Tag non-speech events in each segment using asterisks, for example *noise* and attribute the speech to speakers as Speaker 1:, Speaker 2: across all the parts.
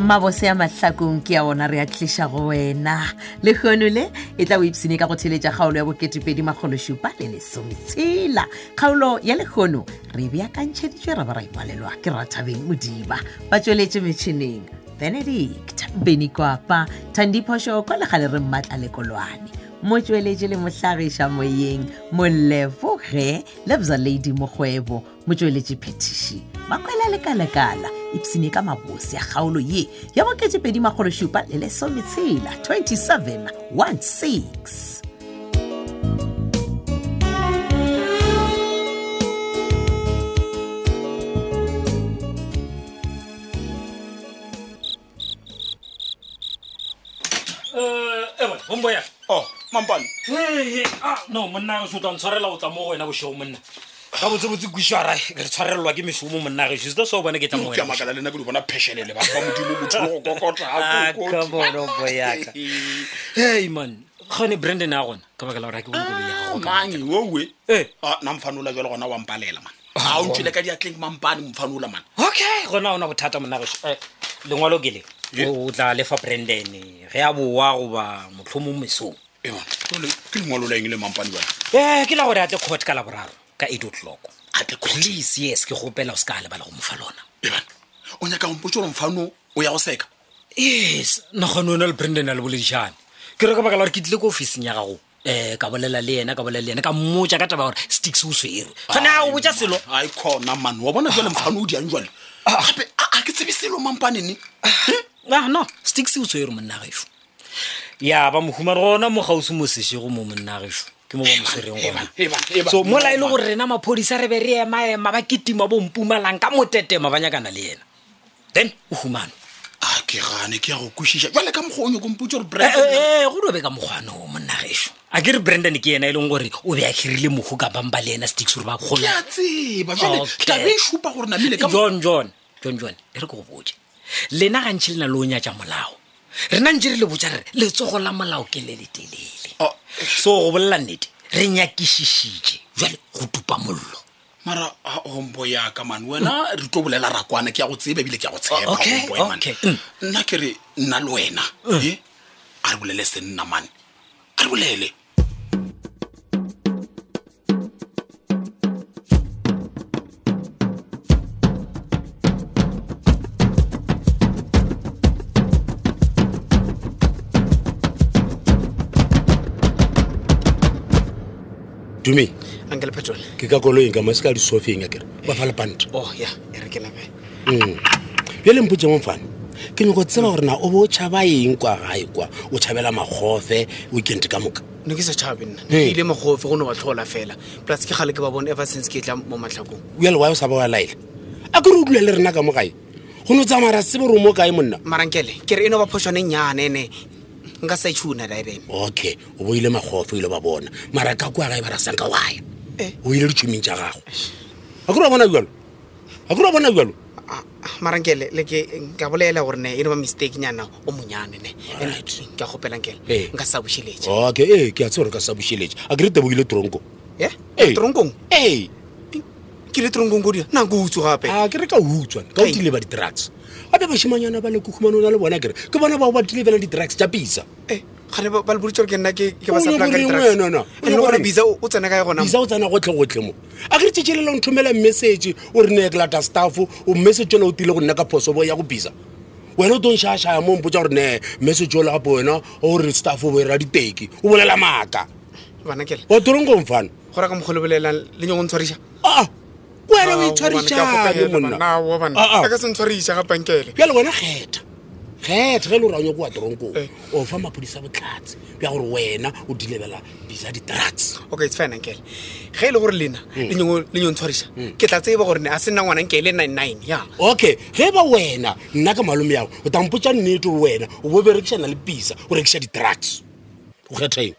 Speaker 1: mmabose ya mahlakong ke ya ona re a tliša go wena le kgonole e tla o ipsene ka go theletša kgaolo ya bo2edimagolosupa le lesometshela kgaolo ya lekgono re e beakantšheditšwe ra ba ra ingwalelwa ke rathabeng modiba ba tsweletše metšhineng benedict benikwapa thandiphošo ko le gale re mmatla lekolwane motsweletše le mohlagiša moyeng moleboge lebza lady mokgwebo motsweletše phetiši makwela lekalekala ipsene ka mabose ya kgaolo ye ya bo2edimagolosupa le lesometshela 27 16
Speaker 2: ewe bombo ya
Speaker 3: o Oh, mampane
Speaker 2: no monna geso o tla ntshwarela go tla mo go wena bošwao monna ka botsebotse kušara re tshwarelelwa ke mesomo monna geso se tla se o bone ke tla mo
Speaker 3: ke a makala lena ke di bona phešene le batho ba modimo motho o
Speaker 2: Ah,
Speaker 3: kokota
Speaker 2: wena hei man kgone branden a gona ka baka la gore ga ke bone
Speaker 3: mange
Speaker 2: koloi ya gago ka-
Speaker 3: Ah, owe Ah,
Speaker 2: Eh. Ah,
Speaker 3: na mfanola jalo gona wa mpalela man a o ntswile ka diatleng mampane mfanola man
Speaker 2: okay gona ona bothata monna geso lengwalo ke le
Speaker 3: Yeah.
Speaker 2: o o tla lefa branden ge a boa goba motlhomo mesong
Speaker 3: Eh, man, jwale ke lengwalo la eng le mampane wena
Speaker 2: um ke la gore a tle court ka laboraro ka eight o'clock
Speaker 3: a tle kotsi
Speaker 2: please yes ke gopela o se ka lebala go mofa lona
Speaker 3: eman o nyaka gompotse gore mfano o ya go seka
Speaker 2: yes nagano ona le branden a le boledišane ke re ka baka la gore ke tlile ko officing ya gago um ka bolela le yena ka bolela le yena ka mmotsa ka taba ya gore sticks o swerwe gane a o botsa selo
Speaker 3: a e kgona man wa bona jale mfano o diang jale gape a a ke tsebe selo mampanene
Speaker 2: Ah, no sticks o swerwe monnagešo ya ba mohumane gona mo gausi mo sešego mo monnagešo ke mo ba mo swereng
Speaker 3: Eh,
Speaker 2: gona so mola e le gore rena maphodisa re be re emaema ba ketima bompumalang ka motetema ba nyakana le yena then o humane
Speaker 3: a Ah, ke gane ke ya go kwešiša jale ka mokgwa o nyako mpotse gore
Speaker 2: Eh,
Speaker 3: brand
Speaker 2: eh, eh, go dobe ka mokgwano monnagešo a ke re branden ke ena e leng gore o be a hirile mogo ka bang ba le ena sticks gore ba
Speaker 3: ke
Speaker 2: kgola
Speaker 3: a tseba
Speaker 4: Ah,
Speaker 3: jale
Speaker 2: Okay.
Speaker 3: tabe e supa gore namile ka mo-
Speaker 2: john john john john e re ke go botse lena gantšhe lena le o nyatša molao rena ntse re le botsa rere letsogo la molao ke le letelele
Speaker 3: Ah,
Speaker 2: so go bolela nnete re nyakišišitše jale go tupa mollo
Speaker 3: mara a ombo yaka man wena re tlo bolela rakwane ke ya go tseba ebile ke ya go tshepa
Speaker 2: Oh, okay,
Speaker 3: homeboy man.
Speaker 2: okay, mm.
Speaker 3: nna ke re nna le wena eh, a re bolele se nna mane a re bolele
Speaker 4: dumeng
Speaker 5: uncle petrol
Speaker 4: ke ka koloeng ka mase ka disofeng akere ba fa lepante
Speaker 5: oh ya e re ke labe
Speaker 4: bjale mpotse mofane ke nyako tseba gore na o bo o tšhaba eng kwa gae kwa o tšhabela magofe weekend ka moka
Speaker 5: no ke setšhabe nna
Speaker 4: Hey.
Speaker 5: ke ile mogofe go ne wa tlhola fela plus ke gale ke ba bone ever since ke tla mo matlhakong
Speaker 4: bjale wa o sa ba wa laela a kere o dula le rena ka mo gae go ne o tsamaya ra sebe gore o mo kae monna
Speaker 5: marankele ke re e no ba phošoneng nyane ene nka sa e tšhuna laelen
Speaker 4: okay o bo ile magofe o ile ba bona mara ka kwa gae ba ra sanka waya
Speaker 5: Eh.
Speaker 4: o ile ditšhomeng tša gago a kere wa bona bjalo a kere wa bona bjalo
Speaker 5: marankele le ke nka bolela gore ne e no ba mistake nyana o monyane ne And ke a
Speaker 4: Hey.
Speaker 5: gopelankele nka sa bošheletse
Speaker 4: okay ee ke a tse gore ka sa bošheletše a kere tebogile tronko
Speaker 5: e
Speaker 4: Hey.
Speaker 5: tronkong
Speaker 4: ee
Speaker 5: ke le tronkong kodia nna ke utso gape
Speaker 4: a ke re ka utswane ka o
Speaker 5: Ei.
Speaker 4: tile ba di-drugs gape bašimanyana ba le kukhumane o na le bona kere ke bona bao ba tile fela di-drugs tša pisa
Speaker 5: Eh, gane ba ba le boditse gore ke nna ke ke ba
Speaker 4: O nyaka
Speaker 5: supply-ang ka
Speaker 4: eng
Speaker 5: di-drugs.
Speaker 4: wena, na?
Speaker 5: And le
Speaker 4: O nyaka
Speaker 5: gona
Speaker 4: eng?
Speaker 5: bisa o o tsena kae gona mo?
Speaker 4: pisa o tsena gotlhegotlhe mo a ke re tšetšelela o nthomela message o re nee ke lata staff o message ola o tile go nna ka phosobo ya go pisa wena o tonšhašaya mo mpotsa gore nee message ola gape wena o re staff o boera diteki o bolela maaka
Speaker 5: Banakele,
Speaker 4: wa torongkongfana
Speaker 5: go ra ka mokgwa o lebelelang le nyong o ntshwarisa
Speaker 4: aa Ah,
Speaker 5: Ao,
Speaker 4: wena o
Speaker 5: gobane ke a
Speaker 4: itshwarišane
Speaker 5: kgopela,
Speaker 4: monna
Speaker 5: banna, ao, banna.
Speaker 4: Ah, ah.
Speaker 5: a ka se ntshwarisa gapankele
Speaker 4: bjale wena kgetha kgetha ge le o ranya koa toronkong
Speaker 5: Eh.
Speaker 4: o fa maphodisa botlhatse bja gore wena o di lebela bisa di-drugs Hmm.
Speaker 5: okay it's fine ankele ge e le gore lena le nyong tshwarisa ke tla tseba gore ne a se nna ngwana nkele nine nine ya
Speaker 4: okay ge ba wena nna ka malome yago o tampotsa nnete gore wena o bo berekišana le bisa o rekiša di-drugs o kgetha eng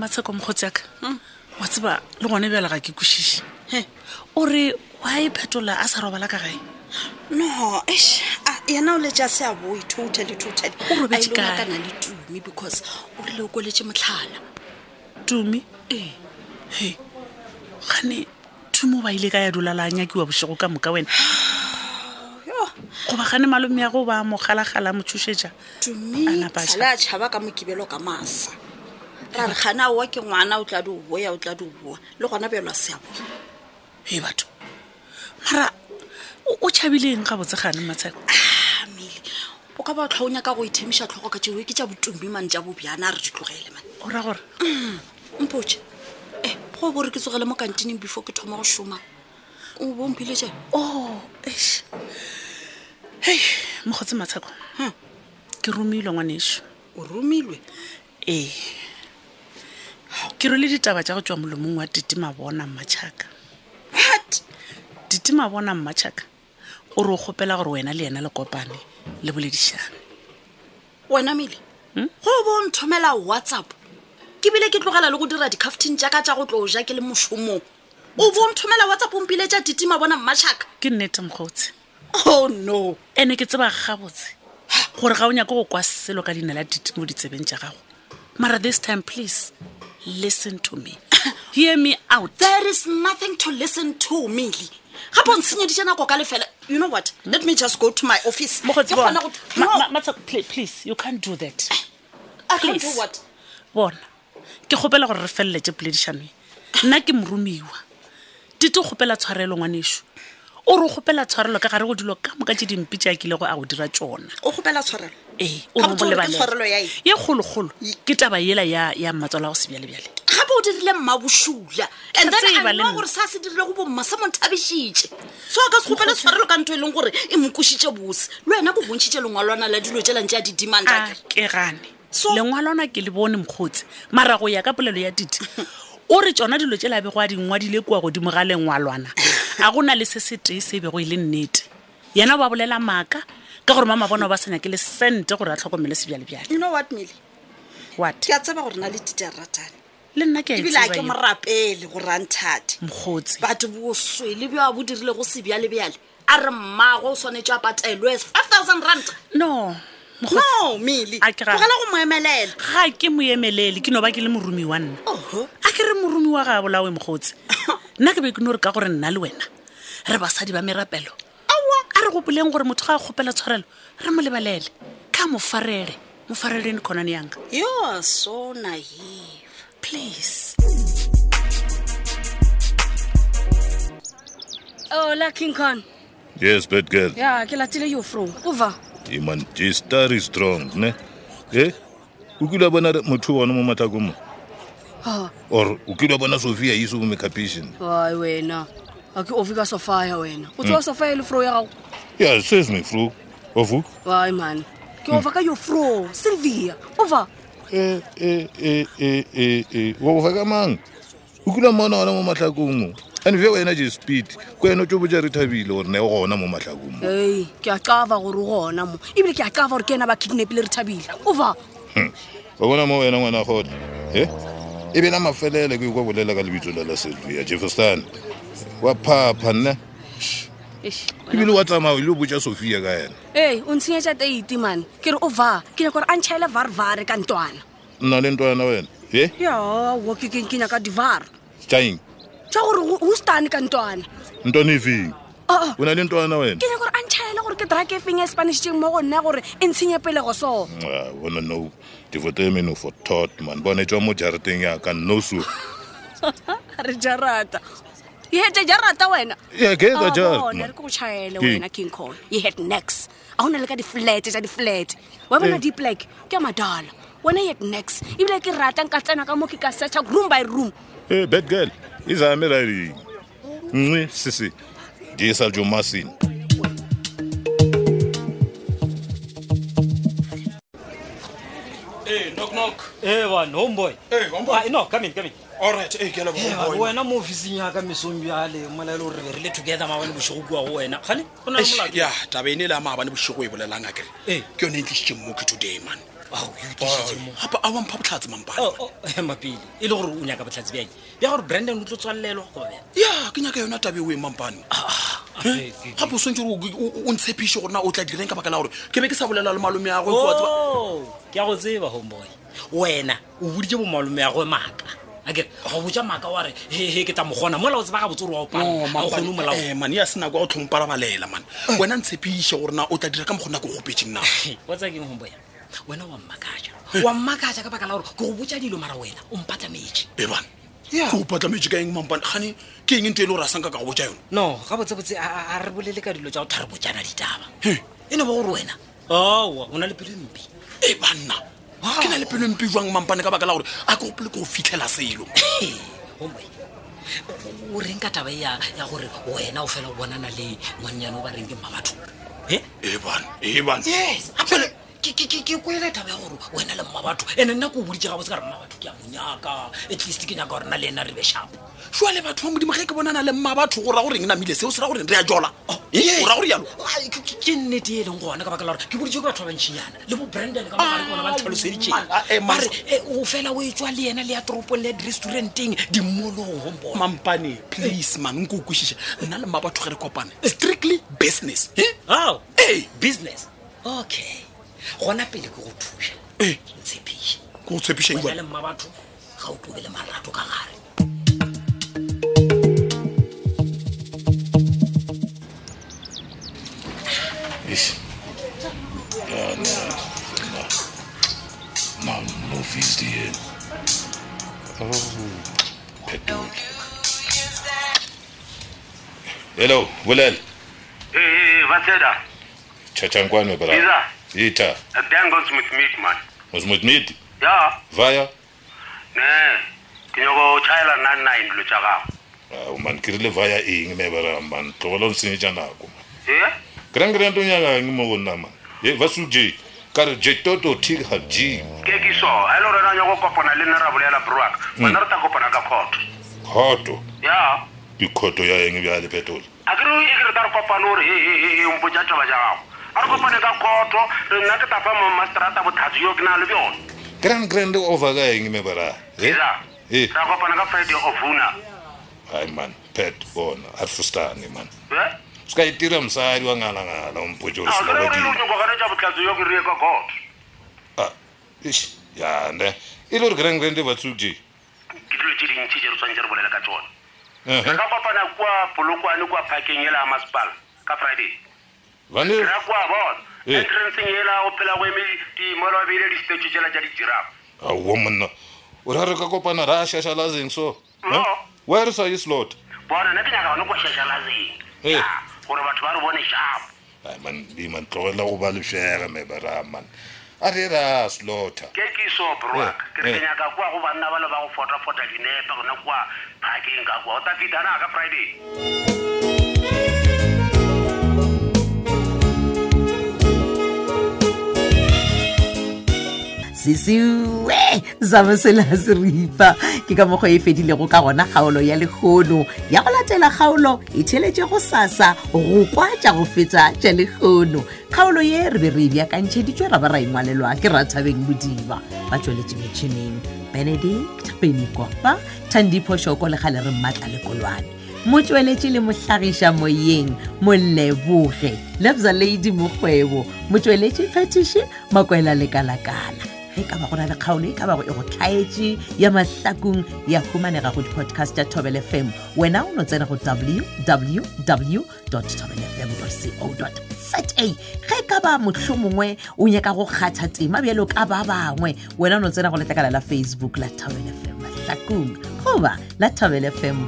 Speaker 6: matsheko mokgotsi aka wa tseba le gone bjale ga ke kwešiše he o re wa e phetola a sa robala ka gae
Speaker 7: no eish, a- yena o letša seaboi totally totally
Speaker 6: O robetse kae?
Speaker 7: kana e le tumi because o rile o koletse motlhala
Speaker 6: tumi
Speaker 7: ee
Speaker 6: he gane mathumo ba ile ka ya dula la a nyakiwa bošego ka moka wena goba gane malome ya go ba mogalagala a mo tšhošetša a napa a
Speaker 7: tumisale
Speaker 6: šala.
Speaker 7: a tšhaba ka mokibelo ka masa ra re gana oa ke ngwana o tla di o boya o tla di o boa le gona belo a se a boa
Speaker 6: hei batho mara o- o tšhabileng ga botsegane matsheko
Speaker 7: amele o Ah, ka ba o tlhaunya ka go ithemiša tlhogo ka tšeo ke tša botumi mane tša bobjana a re di tlogele mane
Speaker 6: o ra gore
Speaker 7: mpotše e go bore ke tsogele mo kantineng before ke thoma go šoma o bomphile jana Oh,
Speaker 6: o eish. hei mogotse matsheko ke romilwe ngwanešo
Speaker 7: o romilwe
Speaker 6: ee ke role ditaba tja go tswa molomong wa titima bona mmatšhaka
Speaker 7: what
Speaker 6: titima bona mmatšhaka o re o kgopela gore wena le yena le kopane le boledišane
Speaker 7: wena mele
Speaker 6: Hmm?
Speaker 7: go bo nthomela whatsapp ke bile ke tlogela le go dira di-caftin jaaka tja go tlo ja ke le mošomong o bo nthomela whatsapp ompile tša titima bona mmatšhaka
Speaker 6: ke nnete mokgotse
Speaker 7: oh no
Speaker 6: ene ke tseba gabotse gore ga o nyake go kwa selo ka dina la titimo ditsebeng tja gago mara this time please listen to
Speaker 7: *coughs*
Speaker 6: me hear me out
Speaker 7: there is nothing to listen to mele gapo ntshenyeditše nako ka lefela you know what let me just go to my office
Speaker 6: Mokgotsi,
Speaker 7: Ke kgona
Speaker 6: bona.
Speaker 7: go-
Speaker 6: Ma- ma-
Speaker 7: No,
Speaker 6: Matsheko, pl- please you can't do that
Speaker 7: I can't do
Speaker 6: please.
Speaker 7: what
Speaker 6: bona ke kgopela gore re feleletse poledišanong nna ke moromiwa dite o kgopela tshwarelo ngwanešo o re o kgopela tshwarelo ka gare go dilo ka moka tse dimpi tse a kilego a go dira tsona
Speaker 7: o kgopela tshwarelo
Speaker 6: ee
Speaker 7: Ga botse gore ke tshwarelo e. ya eng?
Speaker 6: ye kgolokgolo ke taba ela ya ya matswala go sebjalebjale
Speaker 7: gape o dirile mmabošula and
Speaker 6: Ke
Speaker 7: then
Speaker 6: tseba
Speaker 7: a
Speaker 6: le
Speaker 7: nna
Speaker 6: nna.
Speaker 7: gore se a se dirile go bomma se monthabišitše so a ka se kgopele tshwarelo ka ntho e leng gore e mokošitše bose le wena ko bontšhitše lengwalwana la dilo tšelantse a di
Speaker 6: a
Speaker 7: dimantake
Speaker 6: ke gane
Speaker 7: So-
Speaker 6: lengwalona ke le bone mokgotsi mara go ya ka polelo ya dite o re tsona dilo tse labe go a dingwadile kua godimo ga lengwalwana a go na le se se tee se bego e le nnete yena ba bolela maaka ka gore mama bona ba senya ke le sente gore a tlhokomele sebjalebjale
Speaker 7: you know what mele
Speaker 6: what
Speaker 7: ke a tseba gore na le tite a ratane
Speaker 6: le nna ke a e
Speaker 7: ebile a
Speaker 6: tseba
Speaker 7: ke
Speaker 6: eo.
Speaker 7: morapele gore a nthate
Speaker 6: mokgotsi
Speaker 7: batho boswe le bjo a bo dirile go sebjalebjale a re mmago o tshwanetse a patelwe five thousand rand
Speaker 6: no mokgotsi
Speaker 7: no mele
Speaker 6: A ke ra-
Speaker 7: tlogela go mo emelela
Speaker 6: ga ke mo emelele ke no ba ke le morumi wa nna
Speaker 7: Oho.
Speaker 6: a ke re morumi wa ga a bolawe
Speaker 7: *laughs*
Speaker 6: mogotsi nna ke be ke no re ka gore nna le wena re basadi ba merapelo a re gopoleng gore motho ga a kgopela tshwarelo re mo lebalele ka mo farele mo fareleni khonane yanka
Speaker 7: yo so naive
Speaker 6: please
Speaker 8: ola Oh, king con
Speaker 9: Yes, bad girl.
Speaker 8: ya ke latile yo fro ova
Speaker 9: Hey man, this star is strong, ne? Eh? O kile wa bona re- motho wa mo mathago mo? Or o kile wa bona Sophia iso mo makeup patient?
Speaker 8: ai wena a ke ofe ka sofaya wena o tseba sofaya e le fro ya gago
Speaker 9: Yeah, says me fro. Ovu.
Speaker 8: ai man ke ofa ka yo fro sylvia ova
Speaker 9: Eh eh eh eh eh eh. Wo fa ka mang? O kile wa mona ona mo mathago mo. And vhe wena je speed. Ko eno tjo botja re thabile or ne gona mo mathago mo.
Speaker 8: ei ke a kava gore o gona mo ebile ke a kava gore ke ena ba kidnapile re thabile ova
Speaker 9: Wa bona mo wena ngwana gona. Eh? E be na mafelele ke go bolela ka lebitso la la Sylvia Jefferson. Wa phapha nne. ebile wa tsamaya o ile o botsa sophia ka yena
Speaker 8: ei o ntshenyetša teite man ke re ova ke nyaka gore a ntšhaele varevare ka ntwana
Speaker 9: nna le ntwana wena e
Speaker 8: yawo ke ke- ke nyaka divaro
Speaker 9: tšaeng
Speaker 8: ja gore go- go stane ka ntwana
Speaker 9: ntwana e feng
Speaker 8: Ah, ah.
Speaker 9: o na le ntwana wena
Speaker 8: ke nyaka gore a ntšhaele gore ke drake e feng e spanisheng mo go nna gore e ntshenye pele go *laughs* sona
Speaker 9: Ah, bona no devotemeno for tot man bona e tswa mo jarateng yaka nnoso
Speaker 8: re jarata e hete jarata wena
Speaker 9: Yeah, ke ka
Speaker 8: Ah,
Speaker 9: jarata,
Speaker 8: bona,
Speaker 9: man.
Speaker 8: re ke go tšhaele
Speaker 9: Ke?
Speaker 8: wena king call e het nex a go na le ka diflete tsa diflete wa bona
Speaker 9: Eh.
Speaker 8: diplak ke a madala wena yet nex ebile ke rata nka tsena ka mo ke ka searcha room by room
Speaker 9: e bad girl e zame rareng nxe sese jesa jo e masin
Speaker 3: Hey, Eh, knock knock.
Speaker 2: e bane homeboy
Speaker 3: Eh, homeboy.
Speaker 2: Ah, no come in come in
Speaker 3: All right, hey, ke a leboga,
Speaker 2: Eh, bane,
Speaker 3: homeboy.
Speaker 2: wena mo officing yaka mesong bjale molaele gore be re le together maabane bošego kua go wena gane go na le
Speaker 3: Eish,
Speaker 2: molato
Speaker 3: ya taba ene le a maabane bošego e bolelang a kere
Speaker 2: Eh.
Speaker 3: ke yone e tlisitše mmoke today man
Speaker 2: Ao, e utlwisitse mo.
Speaker 3: gape a wampha botlhatse mampane
Speaker 2: Oh, oh, eh, mapele e le gore o nyaka botlhatsi bjake bja gore brandon o tlo tswalelelwa gobe
Speaker 3: ya ke nyaka yona tabe o e mampane
Speaker 2: Ah,
Speaker 3: gape o swantse gore o- o- o ntshepiše gorena o tla direng ka baka la gore ke be ke sa bolela le malome ya
Speaker 2: Oh, ke a go tseba homeboy wena o boditse bo malome ya go maaka akere go botsa maaka wa re hehe ke tla mo gona mola o tseba ga botse ore wa
Speaker 3: No,
Speaker 2: opaa o kgone
Speaker 3: Mampane,
Speaker 2: molao Eh.
Speaker 3: eh, man ya sena kwa o tlhompala balela man wena ntshepiše gore na o tla dira ka mokgona ke o gopetseng
Speaker 2: *laughs*
Speaker 3: na
Speaker 2: watsa keng gomboya wena wa mmakatša wa mmakatša ka baka la gore ke go botsa dilo mara wena o mpatlametse
Speaker 3: ebane ke o patlametse ka eng mampane gane ke eng nto e le gore a sanka ka go botsa yone
Speaker 2: no ga botsebotse a- a a re bolele ka dilo tsa go thare botjana ditaba e ne ba gore wena aa o na le pelo mpe
Speaker 3: e banna ke na le pelo e mpe jwang mampane ka baka la gore a ke gopole ke go fitlhela selo
Speaker 2: gomboya o reng ka taba e ya ya gore wena o fela o bonana le ngwannyana o ba reng ke mmabatho e
Speaker 3: ebane ebane
Speaker 2: yes apele ke kwele taba ya gore wena le mma batho ene nna ko o boditse gabotse ka re mma batho ke a monyaka at least ke nyaka gorena le ena re be shapo
Speaker 3: jwa le batho ba modimo ge ke bonana le mma batho go ra goreng namile seo se ra goreng re a jola
Speaker 2: Oh,
Speaker 3: Eh, o ra gore jalo
Speaker 2: ke nnete e leng gona ka baka la gore ke boditse ke batho ba bantšhinyana le bo brandon ka mogare ke bona ba ntlhaloseditseng
Speaker 3: Ah, eh,
Speaker 2: ba re eh, o fela o e tswa le ena le ya toropong le ya di-restauranteng dimmolong gombona
Speaker 3: mampane please man nko o kwešiše nna le mma batho ge re kopane strictly business eh?
Speaker 2: ao
Speaker 3: ee
Speaker 2: business okay gona pele ke go thuša
Speaker 3: Eh.
Speaker 2: ntshepiše
Speaker 3: ke o tshepišeng
Speaker 2: wena le mma batho ga o tobe le marato ka gare
Speaker 9: Eish. Ah, no. No, no e. fees die. Oh, petrol. Hello, bolela.
Speaker 10: Eh, Hey, Vaseda,
Speaker 9: Chachankwane bra.
Speaker 10: Biza.
Speaker 9: Ita.
Speaker 10: a band goes with meat, man.
Speaker 9: Ons moet meet.
Speaker 10: Ya,
Speaker 9: Vaya.
Speaker 10: ne, ke nyaka o tšhaela nna nna e dilo tša gago.
Speaker 9: Ah, man kirile vaya eng ne bara man. Tlogela o tsinya nako.
Speaker 10: Eh?
Speaker 9: Grand grand o nyaka eng mo gona man. Ye vasuje. Kar je toto thik ha ji.
Speaker 10: Ke ke so, a e le gore na nyaka o kopana le nna ra bolela borwaka,
Speaker 4: Mm.
Speaker 10: wena re ta kopana ka khoto.
Speaker 9: Khoto.
Speaker 10: Ya,
Speaker 9: Dikhoto ya eng bja le petrol.
Speaker 10: a ke re e ke re ta re kopane gore he he he he o mpotša taba tša gago. A re kopane ka khoto, re nna ke ta fa mamaseterata bothatsi yo ke na le bjone.
Speaker 9: Grand grand over ga eng me bara. Eh?
Speaker 10: Biza,
Speaker 9: Eh.
Speaker 10: ra kopana ka Friday of Huna.
Speaker 9: hayi mani pet bona arifustani mani
Speaker 10: Eh?
Speaker 9: sikayitira msali wangalangala umpotsholo
Speaker 10: A ke re gore le o
Speaker 9: silawekile
Speaker 10: nyaka gane tša botlhatsi yo ke re ye ka khoto.
Speaker 9: ah ish yande ilori grangrande vatsukje
Speaker 10: Ke dilo tše dintšhi tše re tshwanetse re bolela ka tsone. re ka kopana kua polokwane kua parkeng ela ya masepala ka friday
Speaker 9: vane
Speaker 10: ra kua bona
Speaker 9: Ee.
Speaker 10: entranceng ela o phela go eme dimola ba beile distatue tsela tša dijirapo
Speaker 9: awo monna o ra re ka kopana ra shashalazeng so
Speaker 10: No.
Speaker 9: were sa islot
Speaker 10: bona nna ke nyaka gone kwa shashalazeng
Speaker 9: Ee.
Speaker 10: Ya, gore batho ba re bone shapo
Speaker 9: hayi mani iman tlogelela go ba lefega mebera mani a re ra slota
Speaker 10: ke kiso broak
Speaker 9: Ee,
Speaker 10: ke re ke
Speaker 9: ee.
Speaker 10: nyaka kua go banna ba le ba go fotafota dinepe gona kua parkeng ka kua o tla fitana ka friday
Speaker 1: sesiwe zabe sela seripa ke ka mokgwa e fedilego ka gona kgaolo ya lekgono ya go latela kgaolo e theletše go sasa go kwa tša go feta tša lekgono kgaolo ye re be re e beakantšheditšwe ra ba ra engwalelwa ke rathabeng modiba ba tsweletše metšhineng benedict penikwapa thandiphošoko le kgale re mmatla lekolwane motsweletši le mohlagiša moyeng moleboge lebza ladi mokgwebo motsweletši phetiši makwela lekalakala ge ka ba go na le kgaolo e ka bago e go tlhaetše ya mahlakong ya humanega go di-podcast tša tobel fm wena o no tsena go www tobel fm co za ge ka ba motlho mongwe o nyaka go kgatha tema bjalo ka ba bangwe wena o no tsena go letlakala la facebook la tobel fm mahlakong goba la tobel fm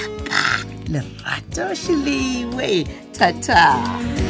Speaker 1: yaka lerato shiliwe thata